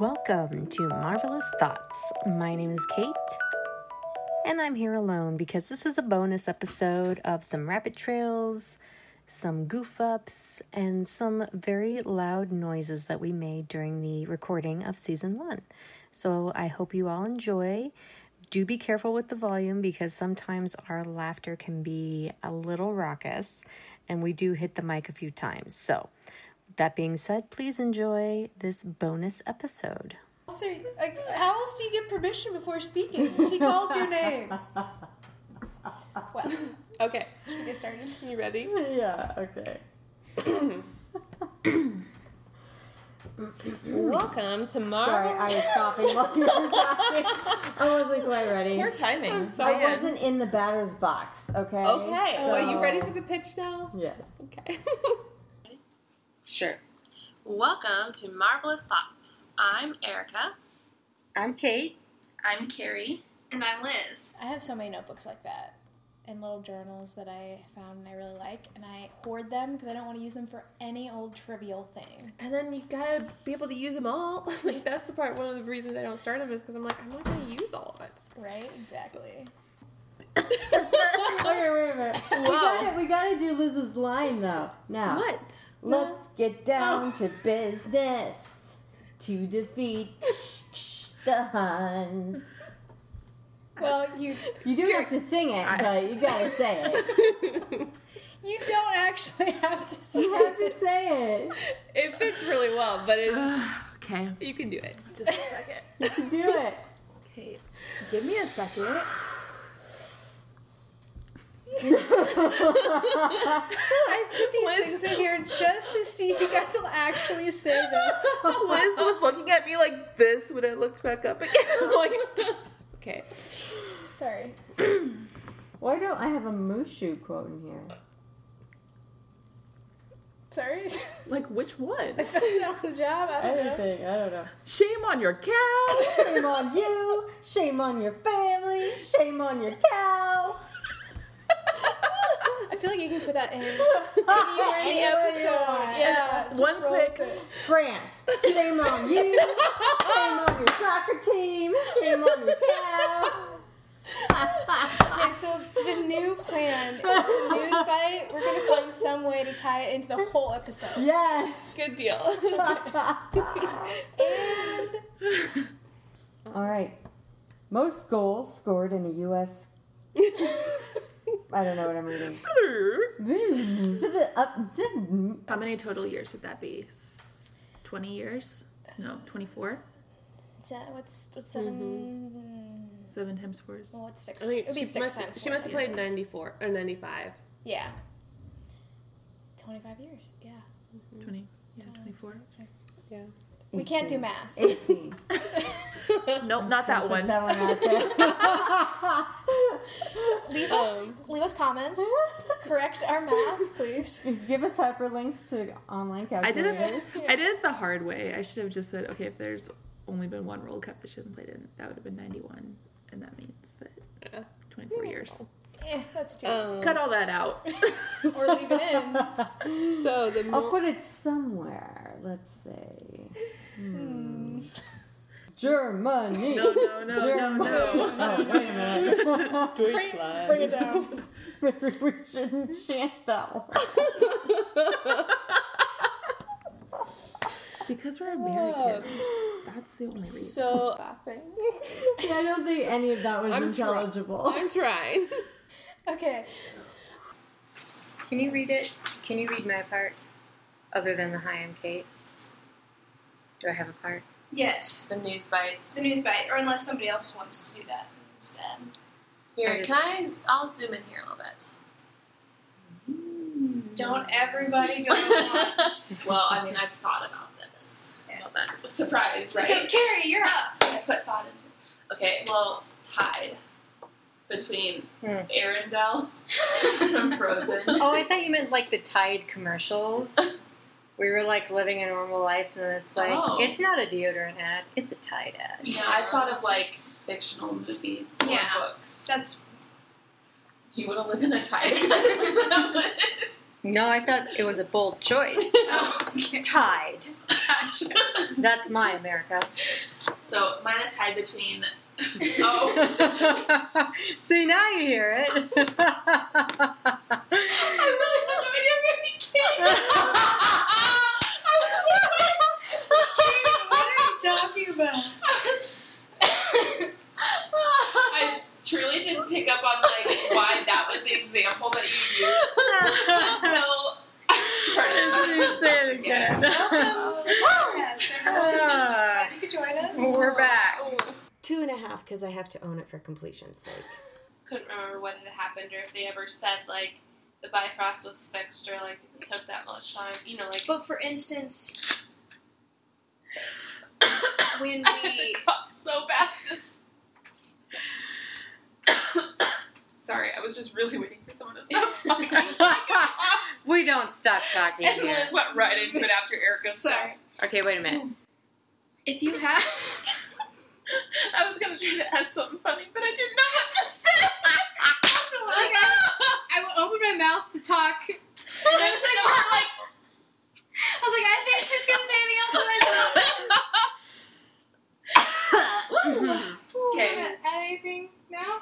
Welcome to Marvelous Thoughts. My name is Kate, and I'm here alone because this is a bonus episode of some rabbit trails, some goof ups, and some very loud noises that we made during the recording of season one. So I hope you all enjoy. Do be careful with the volume because sometimes our laughter can be a little raucous and we do hit the mic a few times. So, that being said, please enjoy this bonus episode. So, like, how else do you get permission before speaking? She called your name. What? Okay, Should we get started? you ready? Yeah, okay. Welcome to Sorry, Marvel. I was coughing while you were talking. I wasn't quite ready. Poor timing. I'm Oh, I wasn't in the batter's box, okay? Okay, Oh, So- well, are you ready for the pitch now? Yes. Okay. sure. Welcome to Marvelous Thoughts. I'm Erica. I'm Kate. I'm Carrie. And I'm Liz. I have so many notebooks like that and little journals that I found and I really like, and I hoard them because I don't want to use them for any old trivial thing. And then you gotta be able to use them all. like that's the part. One of the reasons I don't start them is because I'm like I'm not gonna use all of it. Right? Exactly. Okay, wait a minute. We gotta, we gotta do Liz's line, though. Now. What? Let's get Oh. down to business to defeat the Huns. Well, you You do have to sing it, but you gotta say it. you don't actually have to say. You have to say it. It fits really well, but it's, Okay. you can do it. You can do it. Kate. Give me a second. I put these things in here just to see if you guys will actually say them. Liz was looking at me like this when I looked back up again. I'm like, Okay. Sorry. Why don't I have a Mushu quote in here? Sorry. like, which one? I found out a job. I don't know. Anything, I don't know. Shame on your cow! Shame on you. Shame on your family. Shame on your cow. I feel like you can put that in anywhere in the episode. Yeah. just One roll with quick- it. France. Shame on you. Shame on your soccer team. Shame on your cow. Okay, so the new plan is the news bite. We're gonna find some way to tie it into the whole episode. Yes. Good deal. All right. Most goals scored in a U.S. I don't know what I'm reading. Up- How many total years would that be? S- 20 years? No, 24? Se- What's what's 7 7 times 4 is. Well, what's six? Mm-hmm. I think It'd be she six must, times. She four. must have played 94 or 95. Yeah. Twenty-five years. Yeah. 20. Yeah, 24. Yeah. We can't do math. 18. Nope, not that Put one. that one out there. Leave us leave us comments. Correct our math, please. Give us hyperlinks to online I did calculators. it. I did it the hard way. I should have just said, okay, if there's only been one World Cup that she hasn't played in, that would have been 91, and that means that 24 years. Yeah, that's too easy. Um, Cut all that out. Or leave it in. so the I'll more put it somewhere. Let's say. Hmm. Germany. No, no, no, no, no. Oh, wait a minute. Bring it down. Maybe we shouldn't chant that one. Because we're Americans. That's the only reason. so I don't think any of that was I'm try- intelligible. I'm trying. Okay. Can you read it? Can you read my part? Other than the hi, I'm Kate. Do I have a part? Yes, The news bites. the news bite, or unless somebody else wants to do that instead. Here, I just- can I? I'll zoom in here a little bit. Don't everybody go at once. well, I mean, I've thought about this. Yeah. Well, that was a surprise, right? So Carrie, you're up. I put thought into. Okay, well, tied between Hmm. Arendelle and Frozen. Oh, I thought you meant like the Tide commercials. We were like living a normal life, and it's like, Oh. it's not a deodorant ad, it's a Tide ad. No, I thought of like fictional movies or Yeah. books. That's Do you want to live in a tie? No, I thought it was a bold choice. oh, Tide. God. gosh. That's my America. So mine is tied between. Oh, See, now you hear I it. really have no idea where to begin. I What are you talking about? was- I was- I truly didn't pick up on like why that was the example that you used until I started. say it again. Welcome to the podcast, everyone. Ah. Glad you could join us. We're back. Oh, Two and a half because I have to own it for completion's sake. Couldn't remember what had happened or if they ever said like the Bifrost was fixed or like it took that much time. You know, like But for instance, when I had we to cough so bad. Just sorry, I was just really waiting for someone to stop talking. we don't stop talking and here. Liz went right into it after Erica. Sorry. Okay, wait a minute. If you have I was gonna try to add something funny, but I "Oh." didn't know what to say. also, like, I would open my mouth to talk. And I was like, I was like, I think she's gonna say Okay. anything else. And I said, "Do you wanna add anything now?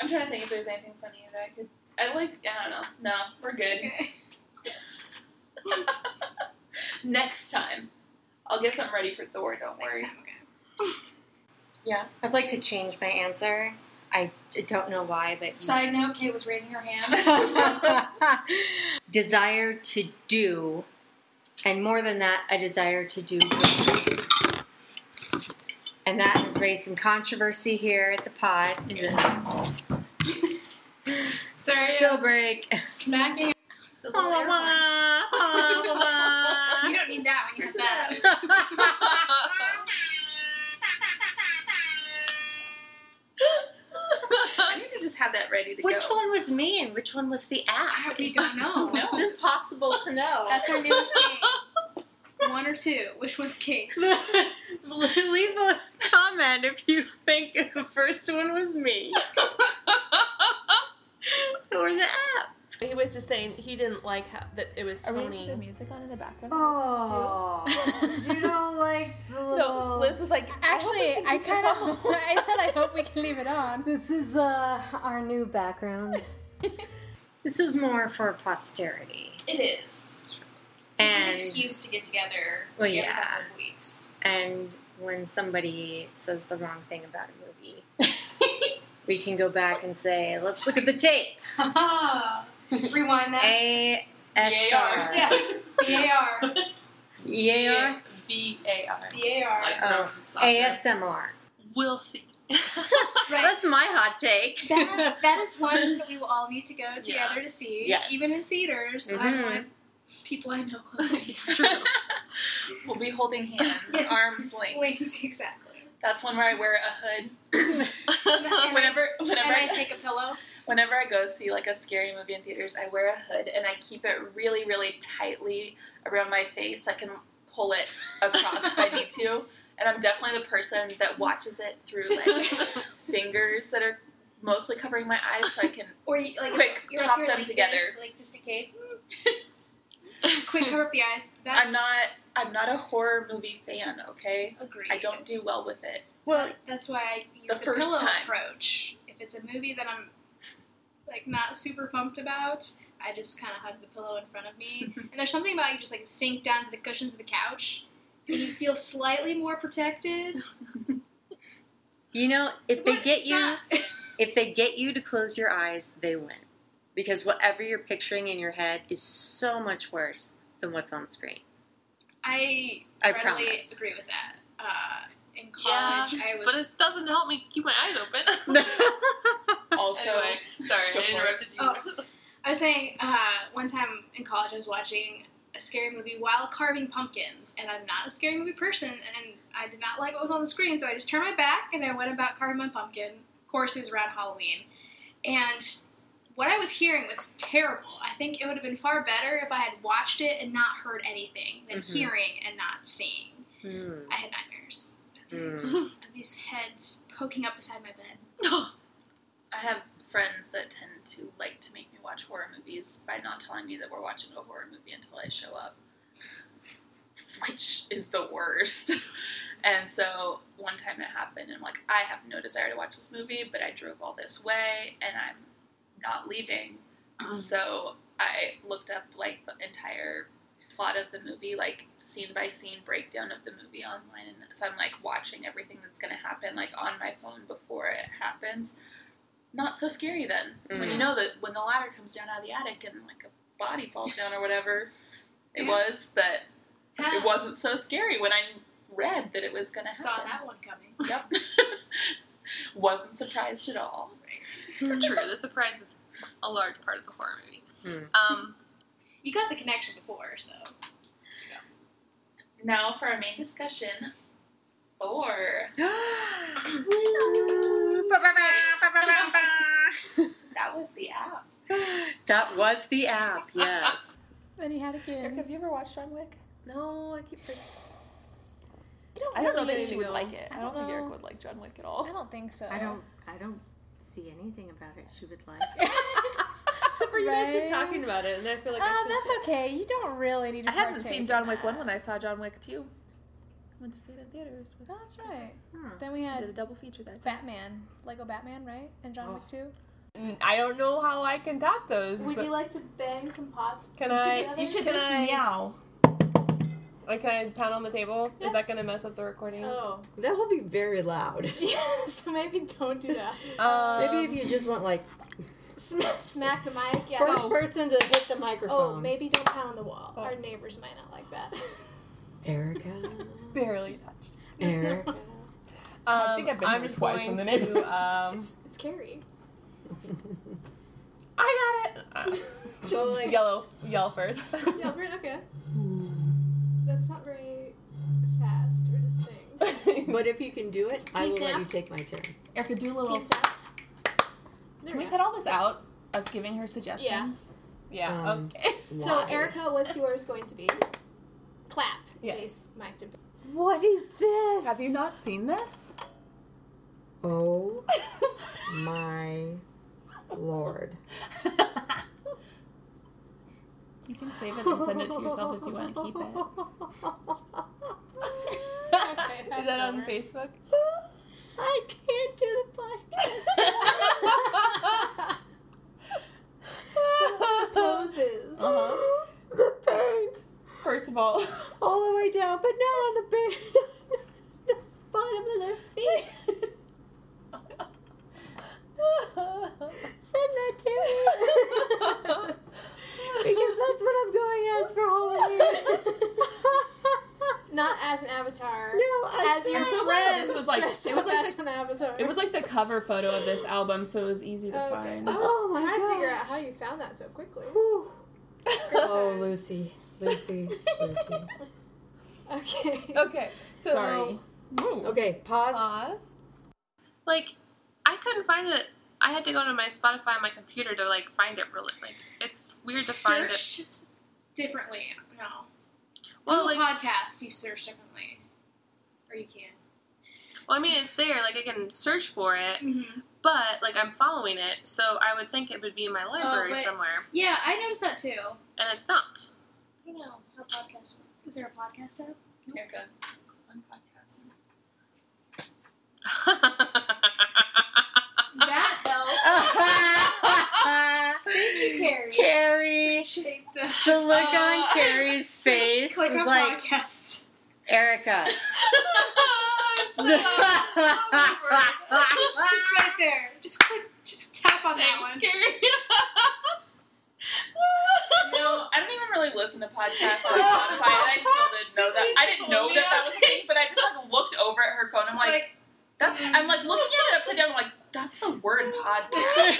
I'm trying to think if there's anything funny that I could. I like. I don't know. No, we're good. Okay. Next time, I'll get something ready for Thor. Don't worry. Yeah, I'd like to change my answer. I d- don't know why, but Side note: Kate was raising her hand. desire to do, and more than that, a desire to do. good. And that has raised some controversy here at the pod. Is it? Sorry, Spill break. smacking. The little airplane. you don't need that when you have that. I need to just have that ready to Which go. one was me and which one was the app? We don't know. It's impossible to know. That's our newest game. One or two. Which one's Kate? Leave a comment if you think the first one was me or the app. He was just saying he didn't like how, that it was Are we gonna put the Tony. music on in the background? Oh, you don't like the little. No, Liz was like, Actually, I kind of. I said I hope we can leave it on. This is uh, our new background. This is more for posterity. It is. And excuse to get together Well, every yeah. couple of weeks. and when somebody says the wrong thing about a movie, we can go back and say, "Let's look at the tape." Rewind that. A S R. yeah. The AR. Yeah. V A R. The AR. Like Oh. from software. ASMR. We'll see. Right. That's my hot take. That, that is one that we will all need to go together to see, Yes. even in theaters. Mhm. I want people I know close It's true. we'll be holding hands, arms linked. Wings, exactly. That's one where I wear a hood. I- whenever, whenever, And I take a pillow. whenever I go see like a scary movie in theaters, I wear a hood and I keep it really, really tightly around my face. I can pull it across if I need to. And I'm definitely the person that watches it through like fingers that are mostly covering my eyes, so I can Or you, like, Quick, you're pop like, you're, them like, together. Just, like just in case. Quick, cover up the eyes. That's I'm not I'm not a horror movie fan, okay? Agreed. I don't do well with it. Well, That's why I use The the, first pillow time. approach. If it's a movie that I'm like not super pumped about, I just kind of hug the pillow in front of me. and there's something about you just like sink down to the cushions of the couch, and you feel slightly more protected. you know, if they But get it's you. not- If they get you to close your eyes, they win. Because whatever you're picturing in your head is so much worse than what's on screen. I I readily promise. agree with that. Uh, in college, I was But it doesn't help me keep my eyes open. Also Anyway, sorry, Go for I it. interrupted you. Oh. I was saying uh, one time in college, I was watching a scary movie while carving pumpkins, and I'm not a scary movie person, and I did not like what was on the screen, so I just turned my back and I went about carving my pumpkin. Of course, it was around Halloween, and what I was hearing was terrible. I think it would have been far better if I had watched it and not heard anything than Mhm. hearing and not seeing. Hmm. I had nightmares. Mm. And these heads poking up beside my bed. I have friends that tend to like to make me watch horror movies by not telling me that we're watching a horror movie until I show up. watch is the worst. And so one time it happened, and I'm like, I have no desire to watch this movie, but I drove all this way and I'm not leaving. So I looked up like the entire plot of the movie, like scene by scene breakdown of the movie online. And so I'm like watching everything that's going to happen, like on my phone before it happens. Not so scary then. When you Mhm. know that when the ladder comes down out of the attic and like a body falls down or whatever it Yeah. was, that it How- wasn't so scary when I read that it was going to Ah, Saw happen. that one coming. Yep. Wasn't surprised at all. It's true. The surprise is a large part of the horror movie. Hmm. Um, You got the connection before, so Now for our main discussion. Or that was the app. that was the app, yes. Then he had a kid. have you ever watched John Wick? No, I keep. forgetting. I don't know that Really she would go. like it. I I don't don't think Eric know. would like John Wick at I all. don't think so. I don't I don't see anything about it she would like. Except for you guys keep Right. talking about it, and I feel like I Uh, should that's okay. You don't really need to. I haven't partake seen in John Wick that. 1 when I saw John Wick 2. I went to see it in theaters. With, Oh, that's right. Hmm. Then we I did had a double feature that time. Batman, Lego Batman, right? And John Wick 2. say- I don't know how I can top those. but like to bang some pots? Can You should I? just- you should can just I, meow. Like, can I pound on the table? Yeah. Is that gonna mess up the recording? Oh. That will be very loud. Yeah, so maybe don't do that. Um, Maybe if you just went like Smack, smack the mic. Yeah. Oh. first person to hit the oh, microphone, maybe don't pound the wall. Oh. Our neighbors might not like that. Erica. barely touched. Eric. Um, I think I've been am here just twice going in the neighborhood. to. Um, it's it's Carrie. I got it. just like- yellow, yell first. Yeah, very- okay. That's not very fast or distinct. Can But if you can do it, I you will let snap? you take my turn. Erica, do a Can little. you stop? There Can we we go. cut all this out? Us giving her suggestions. Yeah. Um, okay. So, Why? Erica, what's yours going to be? Clap. in Yeah. case Mike did. What is this? Have you not seen this? Oh my lord. You can save it and send it to yourself if you want to keep it. Okay, Is that on forward. Facebook? I can't do the podcast. Poses. the paint First of all, all the way down, but now on the paint, the bottom of their feet. Send that to me. because that's what I'm going as for Halloween. Not as an avatar. no, I As your can't. friends, this was like- dressed it was up like as an avatar. It was like the cover photo of this album, so it was easy to Okay. find. Oh my trying to figure out gosh. how you found that so quickly. Whew. Oh, Lucy, Lucy, Lucy. Okay. okay. So, Sorry. Okay, pause. Pause. Like, I couldn't find it. I had to go to my Spotify on my computer to like find it. Really, like it's weird to find it. search differently. No, Oh, Well, Google like, podcasts you search differently, or you can. well, I mean, it's there. Like, I can search for it, Mm-hmm. but like I'm following it, so I would think it would be in my Oh, library but- somewhere, Yeah, I noticed that too. I and it's not. don't know how podcasts. work. Is there a podcast app? Erica, one podcast. That though. Thank you, Carrie. Carrie. Appreciate that. The look on Uh, Carrie's face Click was on like, podcast. Erica. just, just right there. Just click. Just tap on that one. No, I don't even really listen to podcasts on Spotify, and I still didn't know that. I didn't know that that was a thing, but I just like looked over at her phone. I'm like, that's. I'm like looking at it upside down. I'm like, that's the word podcast, and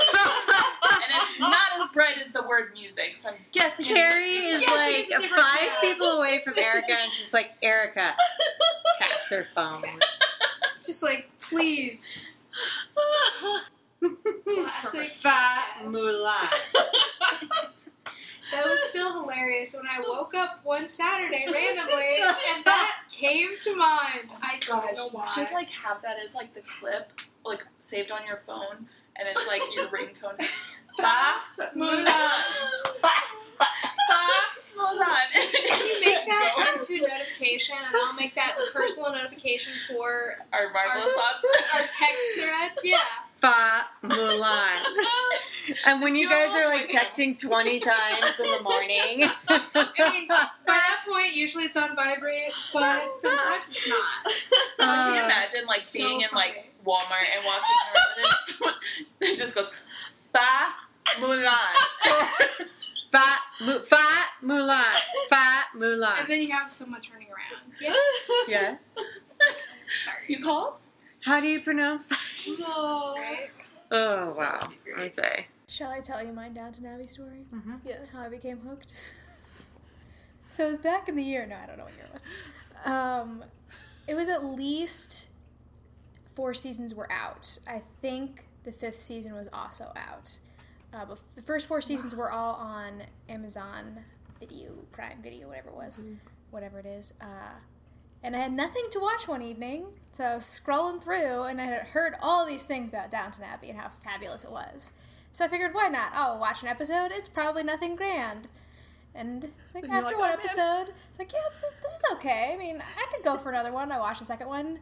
it's not as bright as the word music. So I'm guessing. it's- Carrie is Yes, it's like different five now. people away from Erica, and she's like, Erica taps her phone. Just like, please. Just- Classic. Fa Moolah. That was still hilarious when I woke up one Saturday randomly and that came to mind. I don't know You should why. like have that as like the clip, like saved on your phone, and it's like your ringtone. Ba Mulan. Ba Hold on. Can you make that into notification, and I'll make that personal notification for Our marvelous our, thoughts. our text thread? Yeah. Fa Mulan. And when you do it guys are all like the way. texting 20 times in the morning. I mean, by that point, usually it's on vibrate, but sometimes it's not. Can you Uh, imagine like so being in like funny. Walmart and walking around and someone- it just goes ba Mulan. Fa, mu, fa Mulan. Fa And Mulan. then you have someone turning around. Yeah. Yes. Sorry. You call? How do you pronounce that? Right? Oh, wow. Okay. Shall I tell you my Downton Abbey story? Yes. How I became hooked? so it was back in the year. No, I don't know what year it was. Um, it was at least four seasons were out. I think the fifth season was also out. Uh, but the first four seasons were all on Amazon Video, Prime Video, whatever it was, whatever it is. Uh, and I had nothing to watch one evening, so I was scrolling through, and I had heard all these things about Downton Abbey and how fabulous it was. So I figured, why not? I'll watch an episode. It's probably nothing grand. And it's like after one episode, it's like, yeah, th- this is okay. I mean, I could go for another one. I watched the second one.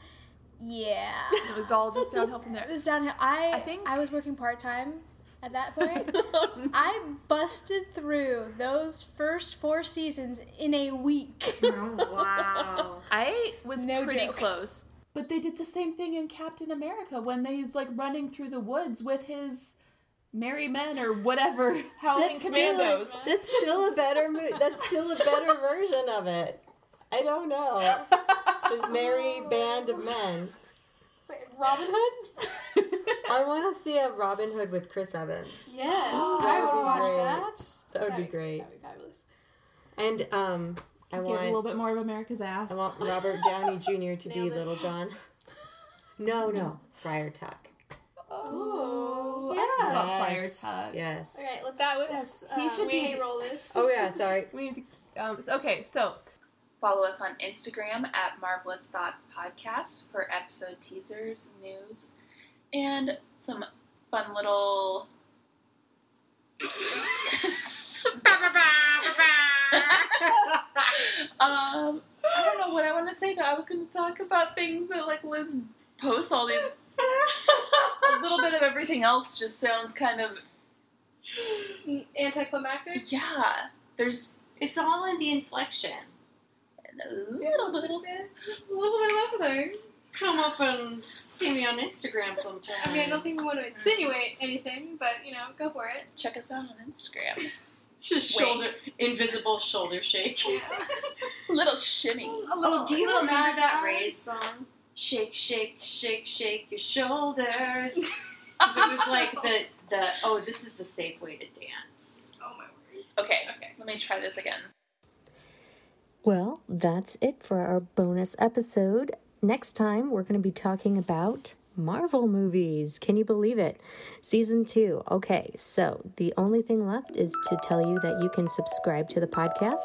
Yeah, It was all just downhill from there. it was downhill. I I, think- was working part time at that point. Oh, I busted through those first four seasons in a week. wow. I was No pretty joke. close. But they did the same thing in Captain America when he's like running through the woods with his merry men or whatever howling That's still, a, commandos. that's still a better mo- that's still a better version of it. I don't know. His merry band of men. Robin Hood? I want to see a Robin Hood with Chris Evans. yes, I would Watch Great. that. That would be great. That'd be fabulous. And um, I Get a little want bit more of America's ass. I want Robert Downey Jr. to be Little John. No, no, Friar Tuck. Oh, Yeah. about Friar Yes. Tuck. Yes. Okay, let's, That would- let's he uh, should be- re-roll this. Oh yeah, sorry. We need to, um, so- okay, so Follow us on Instagram at Marvelous Thoughts Podcast for episode teasers, news, and some fun little. um, I don't know what I want to say though. I was going to talk about things that like Liz posts all these. A little bit of everything else just sounds kind of Anticlimactic. yeah. There's It's all in the inflection. a little bit. of- A little bit of everything. Come up and see me on Instagram sometime. I mean, I don't think we want Mm. to insinuate anything, but you know, go for it. Check us out on Instagram. Just Wink. shoulder, invisible shoulder shake. little shimmy. oh, do you remember that Ray's song? Shake, shake, shake, shake your shoulders. 'Cause it was like the, the, oh, this is the safe way to dance. Oh my word. Okay, okay. Let me try this again. Well, that's it for our bonus episode. Next time, we're going to be talking about Marvel movies. Can you believe it? Season two. Okay, so the only thing left is to tell you that you can subscribe to the podcast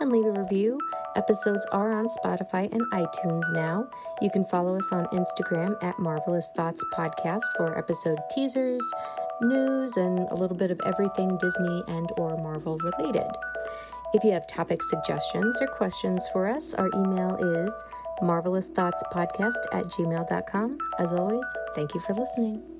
and leave a review. Episodes are on Spotify and iTunes now. You can follow us on Instagram at Marvelous Thoughts Podcast for episode teasers, news, and a little bit of everything Disney and or Marvel related. If you have topic suggestions or questions for us, our email is marvelousthoughtspodcast at gmail.com. As always, thank you for listening.